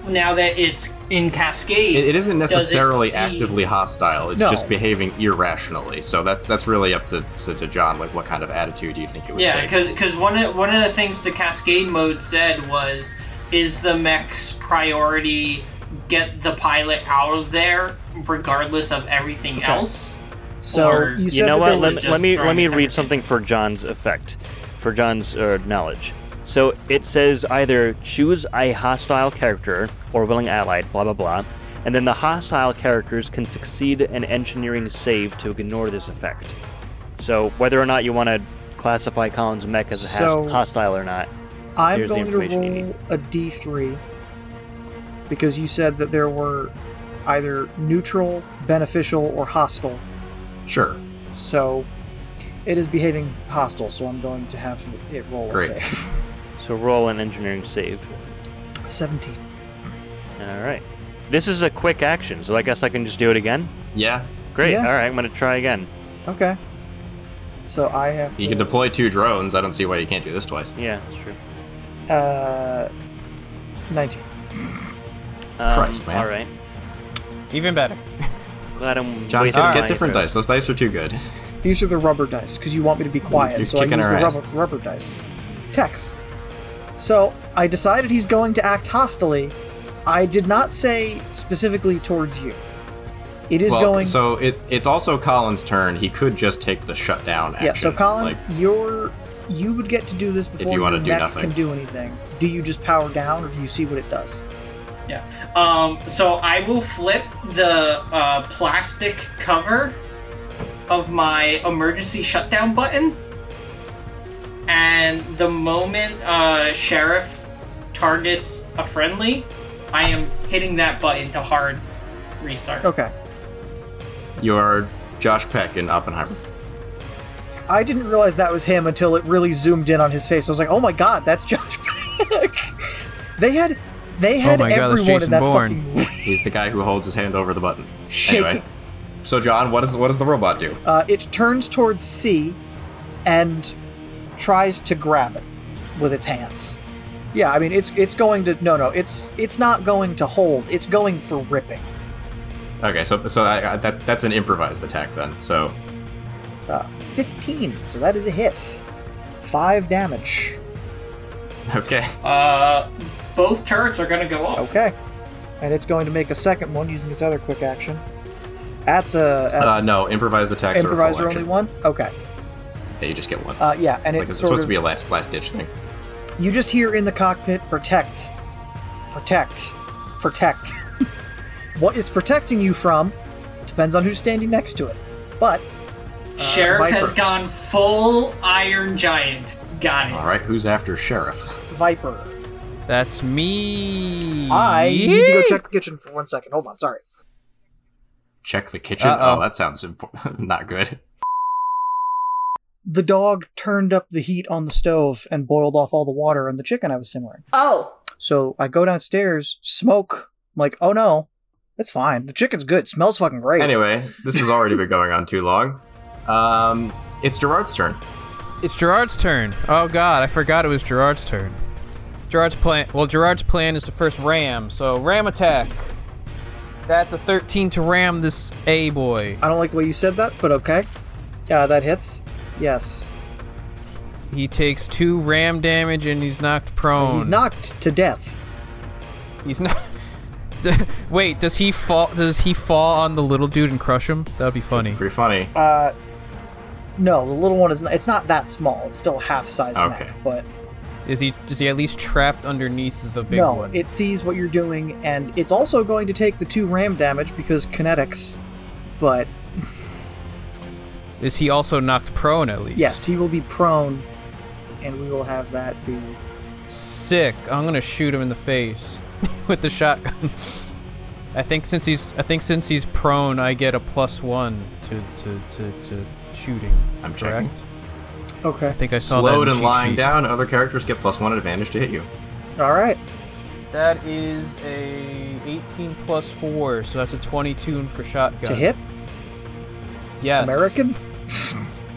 I: now that it's in Cascade.
H: It, it isn't
I: does it
H: necessarily
I: see-
H: actively hostile. It's
B: No.
H: just behaving irrationally. So that's that's really up to, to to John. Like, what kind of attitude do you think it would
I: Yeah,
H: take?
I: because one of one of the things the Cascade mode said was, is the mech's priority get the pilot out of there, regardless of everything else.
B: So
I: Or-
B: you
I: You
B: said
E: You know
B: that
E: what?
B: there
I: they
E: Let,
B: was
I: were
E: let me let me
I: just throwing
E: read
I: everything.
E: something for John's effect. for John's uh, knowledge. So it says either choose a hostile character or willing allied, blah blah blah, and then the hostile characters can succeed an engineering save to ignore this effect. So whether or not you want to classify Colin's mech as a has-
B: So-
E: hostile or not,
B: I'm
E: Here's the
B: going to
E: information you
B: roll
E: need.
B: a d3 because you said that there were either neutral, beneficial, or hostile.
H: Sure.
B: So it is behaving hostile, so I'm going to have it roll
H: Great.
B: a save.
E: so roll an engineering save.
B: 17.
E: All right. This is a quick action, so I guess I can just do it again.
H: Yeah.
E: Great.
B: Yeah.
E: All right, I'm gonna try again.
B: Okay. So I have.
H: You
B: to-
H: can deploy two drones. I don't see why you can't do this twice.
E: Yeah, that's true.
B: Uh, 19.
E: Um,
H: Christ, man.
E: All right.
L: Even better.
E: Glad I'm.
H: John,
E: wasting
H: get, get
E: my
H: different
E: throw.
H: dice. Those dice are too good.
B: These are the rubber dice because you want me to be quiet,
H: You're
B: so I use
H: kicking
B: the
H: our ass.
B: rubber, rubber dice. Tex. So I decided he's going to act hostily. I did not say specifically towards you. It is
H: well,
B: going.
H: so it, it's also Colin's turn. He could just take the shutdown action.
B: yeah. So Colin,
H: Like,
B: you're you would get to do this before
H: you wanna
B: your
H: do
B: mech
H: nothing.
B: can do anything. Do you just power down, or do you see what it does?
I: Um, so I will flip the uh, plastic cover of my emergency shutdown button, and the moment uh, sheriff targets a friendly, I am hitting that button to hard restart.
B: Okay.
H: you are Josh Peck in Oppenheimer.
B: I didn't realize that was him until it really zoomed in on his face. I was like, "Oh my god, that's Josh." Peck." they had, they had
C: Oh my God,
B: everyone
C: that's
B: in
C: Jason
B: that
C: Bourne.
B: fucking movie
H: He's the guy who holds his hand over the button.
B: shaking.
H: Anyway, so John, what does what does the robot do?
B: Uh, it turns towards C and tries to grab it with its hands. Yeah, I mean it's it's going to no no it's it's not going to hold. It's going for ripping.
H: Okay, so so I, I, that that's an improvised attack then. So
B: Uh, Fifteen, so that is a hit. Five damage.
H: okay,
I: Uh, both turrets are gonna go off.
B: Okay, and it's going to make a second one using its other quick action. That's a
H: uh,
B: that's
H: no improvised attacks
B: improviser
H: are a full
B: only
H: action.
B: one. Okay,
H: Yeah, you just get one.
B: uh, yeah, and
H: it's
B: it
H: like it's
B: sort
H: supposed
B: of,
H: to be a last last ditch thing.
B: You just hear in the cockpit, protect, protect, protect. what it's protecting you from depends on who's standing next to it. But
I: Sheriff has
B: Uh, Viper.
I: gone full Iron Giant. Got it.
H: All right, who's after sheriff?
B: Viper,
C: That's me.
B: I need to go check the kitchen for one second. Hold on, sorry.
H: Check the kitchen.
C: Uh-oh.
H: Oh, that sounds impo- not good.
B: The dog turned up the heat on the stove and boiled off all the water on the chicken I was simmering.
D: Oh,
B: So I go downstairs, smoke. I'm like, oh no, it's fine. The chicken's good. smells fucking great.
H: Anyway, this has already been going on too long. Um, it's Gerard's turn.
C: It's Gerard's turn. Oh God, I forgot it was Gerard's turn. Gerard's plan. Well, Gerard's plan is to first ram. So ram attack. That's a 13 to ram this a boy.
B: I don't like the way you said that, but okay. Uh, that hits. Yes.
C: He takes two ram damage and he's knocked prone.
H: Hmm.
B: He's knocked to death.
C: He's not. Wait, does he fall? Does he fall on the little dude and crush him? That'd be funny.
H: Pretty funny.
B: No, the little one is. Not, it's not that small. It's still half size
H: Okay.
B: mech, but
C: Is he? Is he at least trapped underneath the big
B: no,
C: one?
B: it sees what you're doing, and it's also going to take the two ram damage because kinetics. But
C: Is he also knocked prone at least?
B: yes, he will be prone, and we will have that be.
C: Sick. I'm gonna shoot him in the face with the shotgun. I think since he's I think since he's prone, I get a plus one to to to, to shooting.
H: I'm
C: correct.
H: checking.
C: I
B: Okay.
C: think I saw that. in
H: Slowed
C: the
H: and
C: cheat
H: lying
C: sheet.
H: down, other characters get plus one advantage to hit you.
B: All right.
C: That is a 18 plus four, so that's a 22 for shotgun.
B: To hit
C: Yes.
B: American.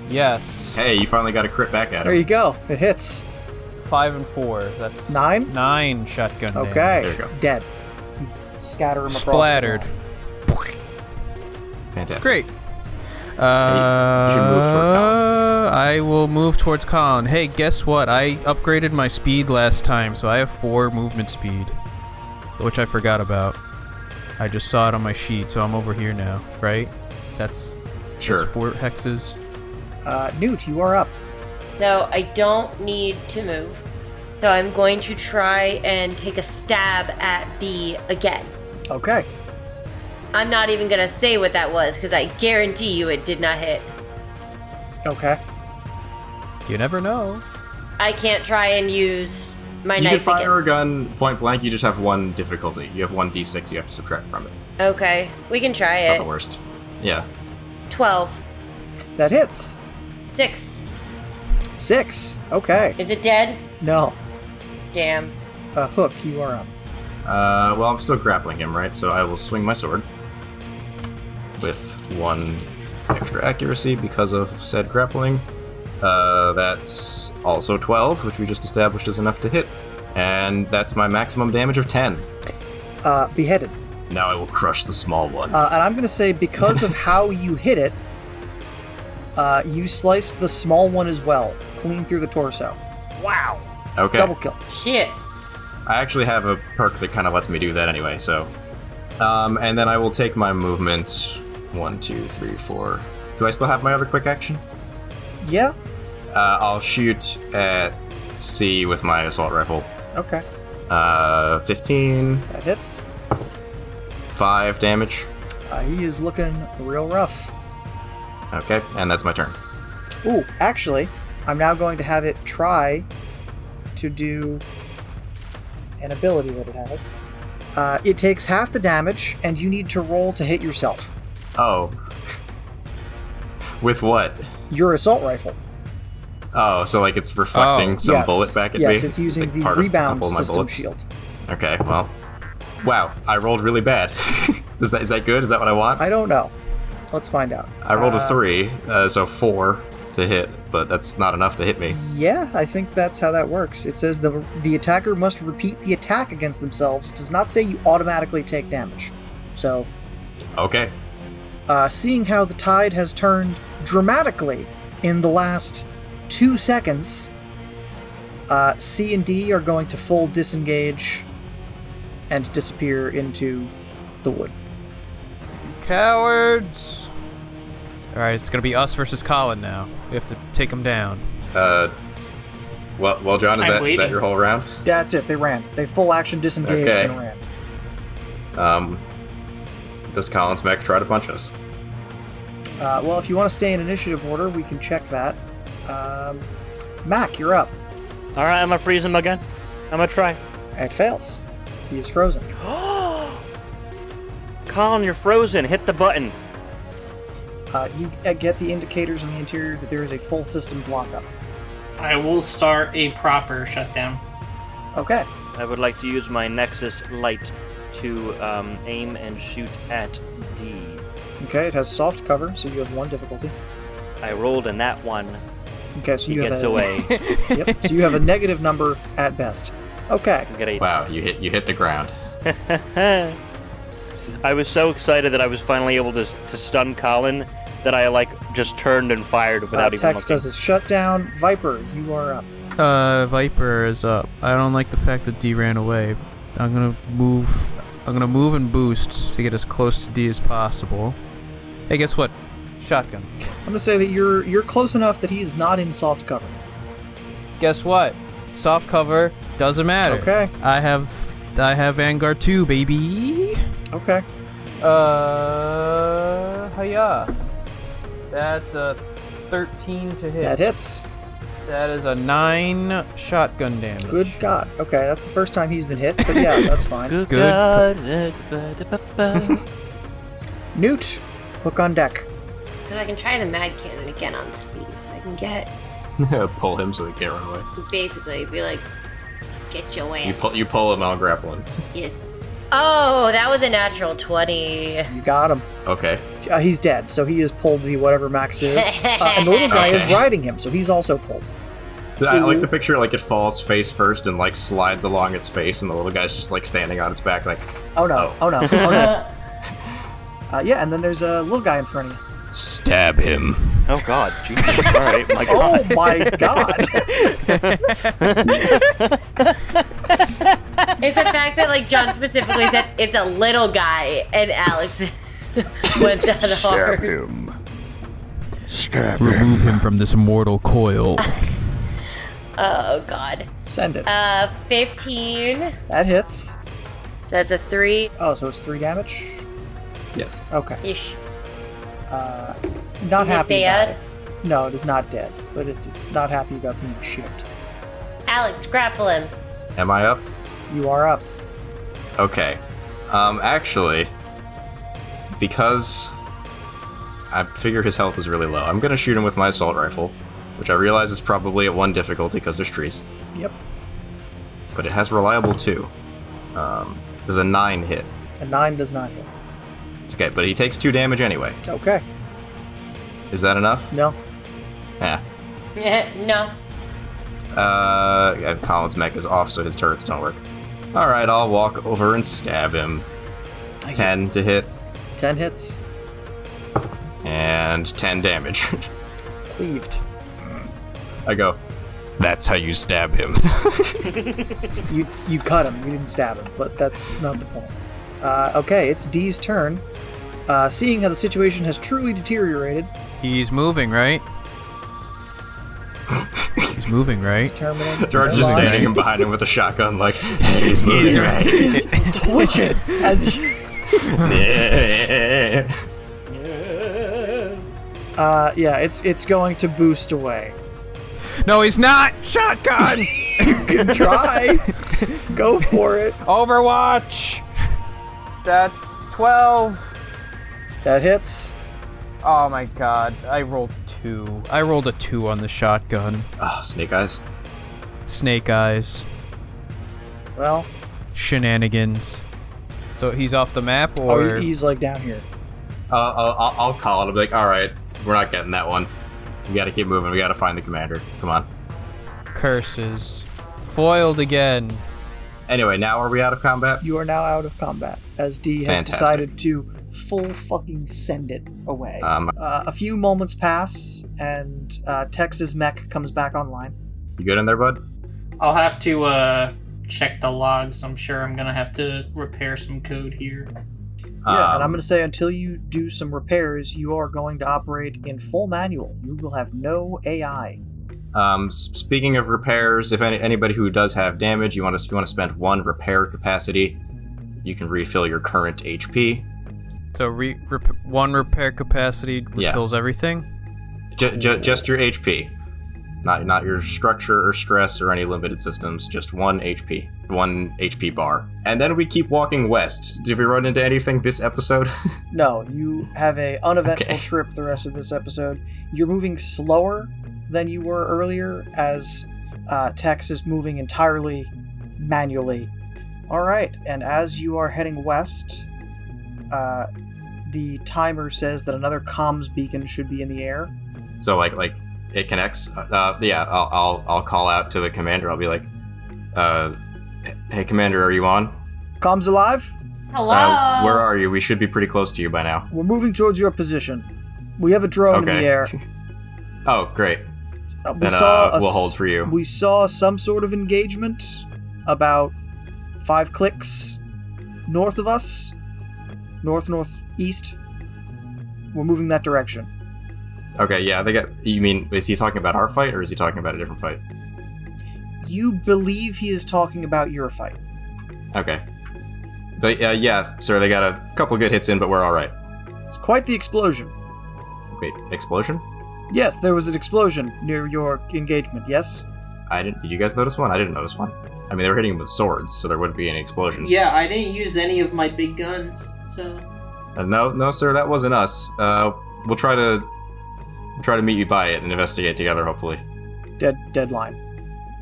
C: Yes.
H: Hey, you finally got a crit back at
B: There
H: him.
B: you go. It hits.
C: Five and four. That's
B: Nine?
C: Nine shotgun. damage.
B: Okay.
H: There you go.
B: Dead. You scatter him across. the
C: Splattered.
B: lawn.
H: Fantastic.
C: Great. Uh,
H: should move toward Colin.
C: I will move towards Colin. Hey, guess what? I upgraded my speed last time, so I have four movement speed, which I forgot about. I just saw it on my sheet, so I'm over here now, right? That's,
H: Sure.
C: that's four hexes.
B: Uh, Newt, you are up.
D: So I don't need to move. So I'm going to try and take a stab at B again.
B: Okay.
D: I'm not even going to say what that was because I guarantee you it did not hit.
B: Okay.
C: You never know.
D: I can't try and use my
H: You can
D: knife
H: fire
D: again.
H: a gun point blank. You just have one difficulty. You have one d6. You have to subtract from it.
D: Okay, we can try
H: It's not the
D: it.
H: worst. Yeah.
D: 12.
B: That hits.
D: 6.
B: Six. Okay.
D: Is it dead?
B: No.
D: Damn.
B: Uh, Hook, you are up.
H: Uh, well, I'm still grappling him, right? So I will swing my sword with one extra accuracy because of said grappling. Uh, that's also 12, which we just established is enough to hit, and that's my maximum damage of 10.
B: Uh, beheaded.
H: Now I will crush the small one.
B: Uh, and I'm going to say because of how you hit it, uh, you sliced the small one as well, clean through the torso.
H: okay.
B: Double kill.
D: Shit.
H: I actually have a perk that kind of lets me do that anyway, so. Um, and then I will take my movement. One, two, three, four. Do I still have my other quick action?
B: Yeah.
H: Uh, I'll shoot at C with my assault rifle.
B: Okay.
H: Uh, 15,
B: That hits.
H: 5 damage.
B: Uh, he is looking real rough.
H: Okay, and that's my turn.
B: Ooh, actually, I'm now going to have it try to do an ability that it has. Uh, it takes half the damage, and you need to roll to hit yourself.
H: Oh. With what?
B: Your assault rifle.
H: Oh, so like it's reflecting
C: Oh.
H: some
B: yes.
H: bullet back at me?
B: Yes, it's using
H: Like
B: the
H: part of a
B: rebound
H: couple of my
B: system
H: bullets?
B: shield.
H: Okay, well. Wow, I rolled really bad. is, that, is that good? Is that what I want?
B: I don't know. Let's find out.
H: I rolled
B: Uh,
H: a three, uh, so four to hit, but that's not enough to hit me.
B: Yeah, I think that's how that works. It says the the attacker must repeat the attack against themselves. It does not say you automatically take damage. So,
H: Okay.
B: uh, seeing how the tide has turned dramatically in the last two seconds, uh, C and D are going to full disengage and disappear into the wood.
L: Cowards!
C: All right, it's gonna be us versus Colin now. We have to take him down.
H: Uh, well, well, John, is
I: I'm
H: that, is that
I: waiting.
H: your whole round?
B: That's it. They ran. They full action disengaged
H: Okay.
B: and ran.
H: Um, does Collins mech try to punch us?
B: Uh, well, if you want to stay in initiative order, we can check that. Um, Mac, you're up.
E: All right, I'm gonna freeze him again. I'm gonna try.
B: It fails. He is frozen.
E: Colin, you're frozen. Hit the button.
B: Uh, you uh, get the indicators on the interior that there is a full systems lockup.
I: I will start a proper shutdown.
B: Okay.
E: I would like to use my Nexus light to um, aim and shoot at D.
B: Okay, it has soft cover, so you have one difficulty.
E: I rolled in that one.
B: Okay, so
E: He
B: you have
E: gets
B: a,
E: away.
B: Yep, so you have a negative number at best. Okay.
E: Great.
H: Wow, you hit you hit the ground.
E: I was so excited that I was finally able to, to stun Colin that I like just turned and fired
B: Uh,
E: without even
B: text
E: looking.
B: does his shutdown. Viper, you are up.
C: Uh, Viper is up. I don't like the fact that D ran away. I'm gonna move. I'm gonna move and boost to get as close to D as possible. Hey, guess what? Shotgun.
B: I'm gonna say that you're you're close enough that he is not in soft cover.
C: Guess what? Soft cover doesn't matter.
B: Okay.
C: I have. I have Vanguard 2, baby.
B: Okay.
K: Uh, hiya. That's a 13 to hit.
B: That hits.
K: That is a 9 shotgun damage.
B: Good God. Okay, that's the first time he's been hit, but yeah, that's fine.
E: Good. God.
B: Newt, hook on deck.
D: And I can try the mag cannon again on C, so I can get
H: pull him so he can't run away.
D: basically be like, get your ass.
H: You pull you pull him. I'll grapple him.
D: Yes. Oh, that was a natural 20.
B: You got him.
H: Okay.
B: Uh, he's dead, so he is pulled the whatever Max is. Uh, and the little guy is
H: Okay.
B: riding him, so he's also pulled.
H: I like to picture like it falls face first and like slides along its face, and the little guy's just like standing on its back. Like,
B: Oh no, oh, no, oh no. Uh, yeah, and then there's a little guy in front of you.
H: stab him.
E: oh God, Jesus! All right, my God.
B: Oh my god!
D: It's the fact that like John specifically said it's a little guy, and Alex went that hard.
C: Remove him from this mortal coil.
D: Oh god.
B: Send it.
D: Uh, 15.
B: that hits.
D: So that's a three
B: Oh, so it's three damage.
H: Yes.
B: Okay.
D: ish.
B: Uh, not
D: Is it
B: happy.
D: bad?
B: About it. No, it is not dead, but it's, it's not happy about being shipped.
D: Alex, grapple him.
H: Am I up?
B: You are up.
H: Okay. Um, actually, because I figure his health is really low, I'm gonna shoot him with my assault rifle, which I realize is probably at one difficulty because there's trees,
B: Yep.
H: but it has reliable two. Um, there's a nine hit.
B: A nine does not hit.
H: Okay, but he takes two damage anyway.
B: Okay.
H: Is that enough?
B: No.
H: Yeah.
D: no.
H: Uh, and Colin's mech is off, so his turrets don't work. All right, I'll walk over and stab him. Ten to hit
B: Ten hits.
H: and ten damage.
B: Cleaved.
H: I go. That's how you stab him.
B: You you cut him. You didn't stab him, but that's not the point. Uh, okay, it's Dee's turn. Uh, seeing how the situation has truly deteriorated,
C: He's moving, right? He's moving, right?
B: determining
H: George just
B: Alarm.
H: standing behind him with a shotgun, like he's moving.
B: twitching as you, uh, yeah, it's it's going to boost away.
C: No, he's not. Shotgun.
B: Good try. Go for it.
K: Overwatch. That's 12.
B: That hits.
K: Oh my god. I rolled
C: two. I rolled a two on the shotgun.
H: Ah, snake eyes.
C: Snake eyes.
B: Well,
C: Shenanigans. So he's off the map,
B: oh,
C: or
B: he's, he's like down here.
H: Uh, I'll, I'll- I'll call it. I'll be like, all right, we're not getting that one. We gotta keep moving. We gotta find the commander. Come on.
C: curses. Foiled again.
H: Anyway, now are we out of combat?
B: You are now out of combat as D has
H: Fantastic.
B: decided to full fucking send it away.
H: Um,
B: Uh, a few moments pass, and uh, Tex's mech comes back online.
H: you good in there, bud?
I: I'll have to uh, check the logs. I'm sure I'm gonna have to repair some code here.
B: yeah, and I'm
H: Um,
B: going to say until you do some repairs, you are going to operate in full manual. You will have no AI.
H: Um, s- speaking of repairs, if any, anybody who does have damage, you want to you want to spend one repair capacity. You can refill your current HP.
C: So re- rep- one repair capacity
H: Yeah.
C: refills everything.
H: J- j- just your HP, not not your structure or stress or any limited systems. Just one HP, one HP bar, and then we keep walking west. Did we run into anything this episode?
B: No, you have a uneventful
H: Okay.
B: trip the rest of this episode. You're moving slower than you were earlier, as uh, Tex is moving entirely manually. All right, and as you are heading west, uh, the timer says that another comms beacon should be in the air.
H: so like like it connects. Uh, yeah, I'll, I'll I'll call out to the commander. I'll be like, uh, "Hey, commander, are you on?
B: Comms alive.
D: Hello.
H: Uh, where are you? We should be pretty close to you by now."
B: We're moving towards your position. We have a drone in
H: Okay.
B: the air.
H: Oh, great.
B: Uh, we
H: Then
B: saw
H: uh,
B: a
H: we'll
B: s-
H: hold for you.
B: We saw some sort of engagement about five clicks north of us, north northeast. We're moving that direction.
H: Okay, yeah, they got. You mean is he talking about our fight or is he talking about a different fight?
B: You believe he is talking about your fight.
H: Okay. But uh, yeah, sir, they got a couple good hits in, but we're all right.
B: It's quite the explosion.
H: Wait, explosion?
B: Yes, there was an explosion near your engagement. Yes.
H: I didn't. Did you guys notice one? I didn't notice one. I mean, they were hitting him with swords, so there wouldn't be any explosions.
I: Yeah, I didn't use any of my big guns, so
H: Uh, no, no, sir, that wasn't us. Uh, we'll try to we'll try to meet you by it and investigate together, hopefully.
B: Dead deadline.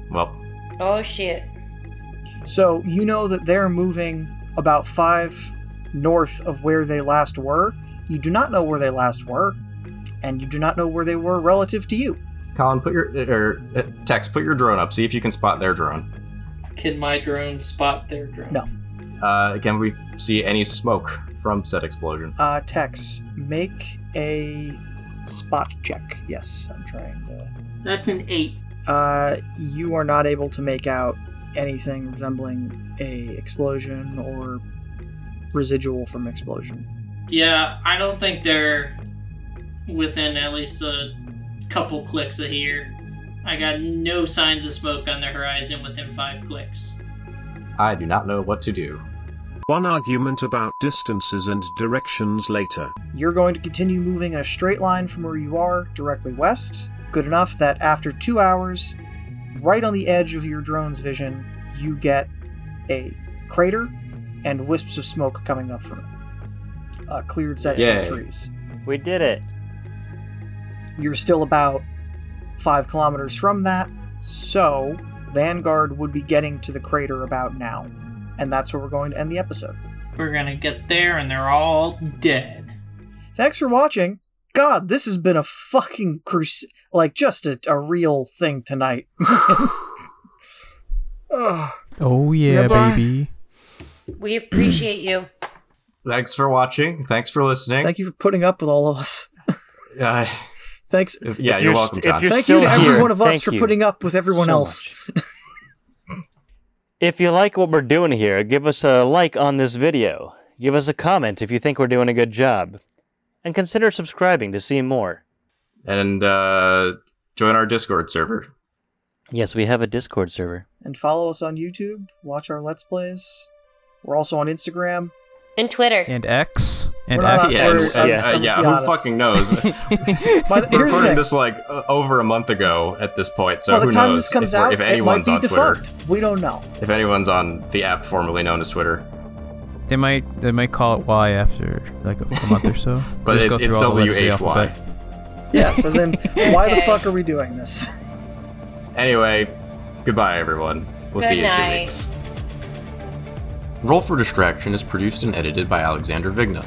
H: Well,
D: Oh shit.
B: So you know that they're moving about five north of where they last were. You do not know where they last were, and you do not know where they were relative to you.
H: Colin, put your or uh, Tex, put your drone up. See if you can spot their drone.
I: can my drone spot their drone?
B: No.
H: Uh, can we see any smoke from said explosion?
B: Uh, Tex, make a spot check. Yes, I'm trying to.
I: That's an eight.
B: Uh, you are not able to make out anything resembling a explosion or residual from explosion.
I: Yeah, I don't think they're within at least a couple clicks of here. I got no signs of smoke on the horizon within five clicks.
H: I do not know what to do.
M: One argument about distances and directions later.
B: You're going to continue moving a straight line from where you are directly west, good enough that after two hours, right on the edge of your drone's vision, you get a crater and wisps of smoke coming up from it. A cleared section
H: Yay.
B: of trees.
E: We did it.
B: You're still about five kilometers from that, so Vanguard would be getting to the crater about now. And that's where we're going to end the episode.
I: We're gonna get there and they're all dead.
B: Thanks for watching. God, this has been a fucking crus like just a, a real thing tonight. Ugh.
C: Oh yeah,
B: Goodbye.
C: baby.
D: We appreciate you.
H: Thanks for watching. Thanks for listening.
B: Thank you for putting up with all of us.
H: Uh,
B: Thanks.
H: if- yeah,
E: If
H: you're,
E: you're
H: welcome,
E: st- if
H: Todd.
E: you're
B: Thank you to
E: still
B: every
E: here.
B: one of us
E: Thank
B: for
E: you
B: putting up with everyone
E: so
B: else.
E: If you like what we're doing here, give us a like on this video. Give us a comment if you think we're doing a good job. And consider subscribing to see more.
H: and uh, join our Discord server.
E: Yes, we have a Discord server.
B: And follow us on YouTube. Watch our Let's Plays. We're also on Instagram.
D: And Twitter.
C: And X. And
B: We're not-
C: X.
H: Yeah, and-
B: Or-
H: and-
E: yeah.
H: uh, yeah,
B: Be honest.
H: who fucking knows?
B: By the,
H: We're
B: here's the
H: recording
B: thing.
H: this like uh, over a month ago at this point, so
B: By the
H: who
B: time
H: knows
B: this comes
H: if, we're-
B: out,
H: if
B: it might
H: anyone's
B: be
H: on
B: defunct. We don't know.
H: Twitter. If anyone's on the app formerly known as Twitter,
C: They might they might call it Y after like a, a month or so.
H: But
C: Just
H: it's-
C: go through
H: it's
C: all the letters of the
H: WHY.
C: alphabet.
B: Yes, as in, why the fuck are we doing this?
H: Anyway, goodbye, everyone. We'll see
D: Good
H: you in two
D: night.
H: weeks. Roll for Distraction is produced and edited by Alexander Vigna.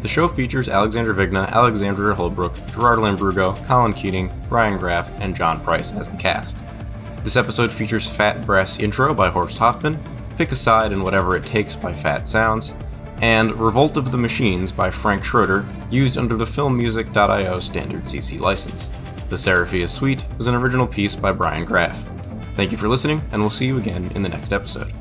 H: The show features Alexander Vigna, Alexandra Holbrook, Gerard Lambrugo, Colin Keating, Brian Graff, and John Price as the cast. This episode features Fat Brass Intro by Horst Hoffman, Pick a Side and Whatever It Takes by Fat Sounds, and Revolt of the Machines by Frank Schroeder, used under the filmmusic.io standard CC license. The Seraphia Suite is an original piece by Brian Graff. Thank you for listening, and we'll see you again in the next episode.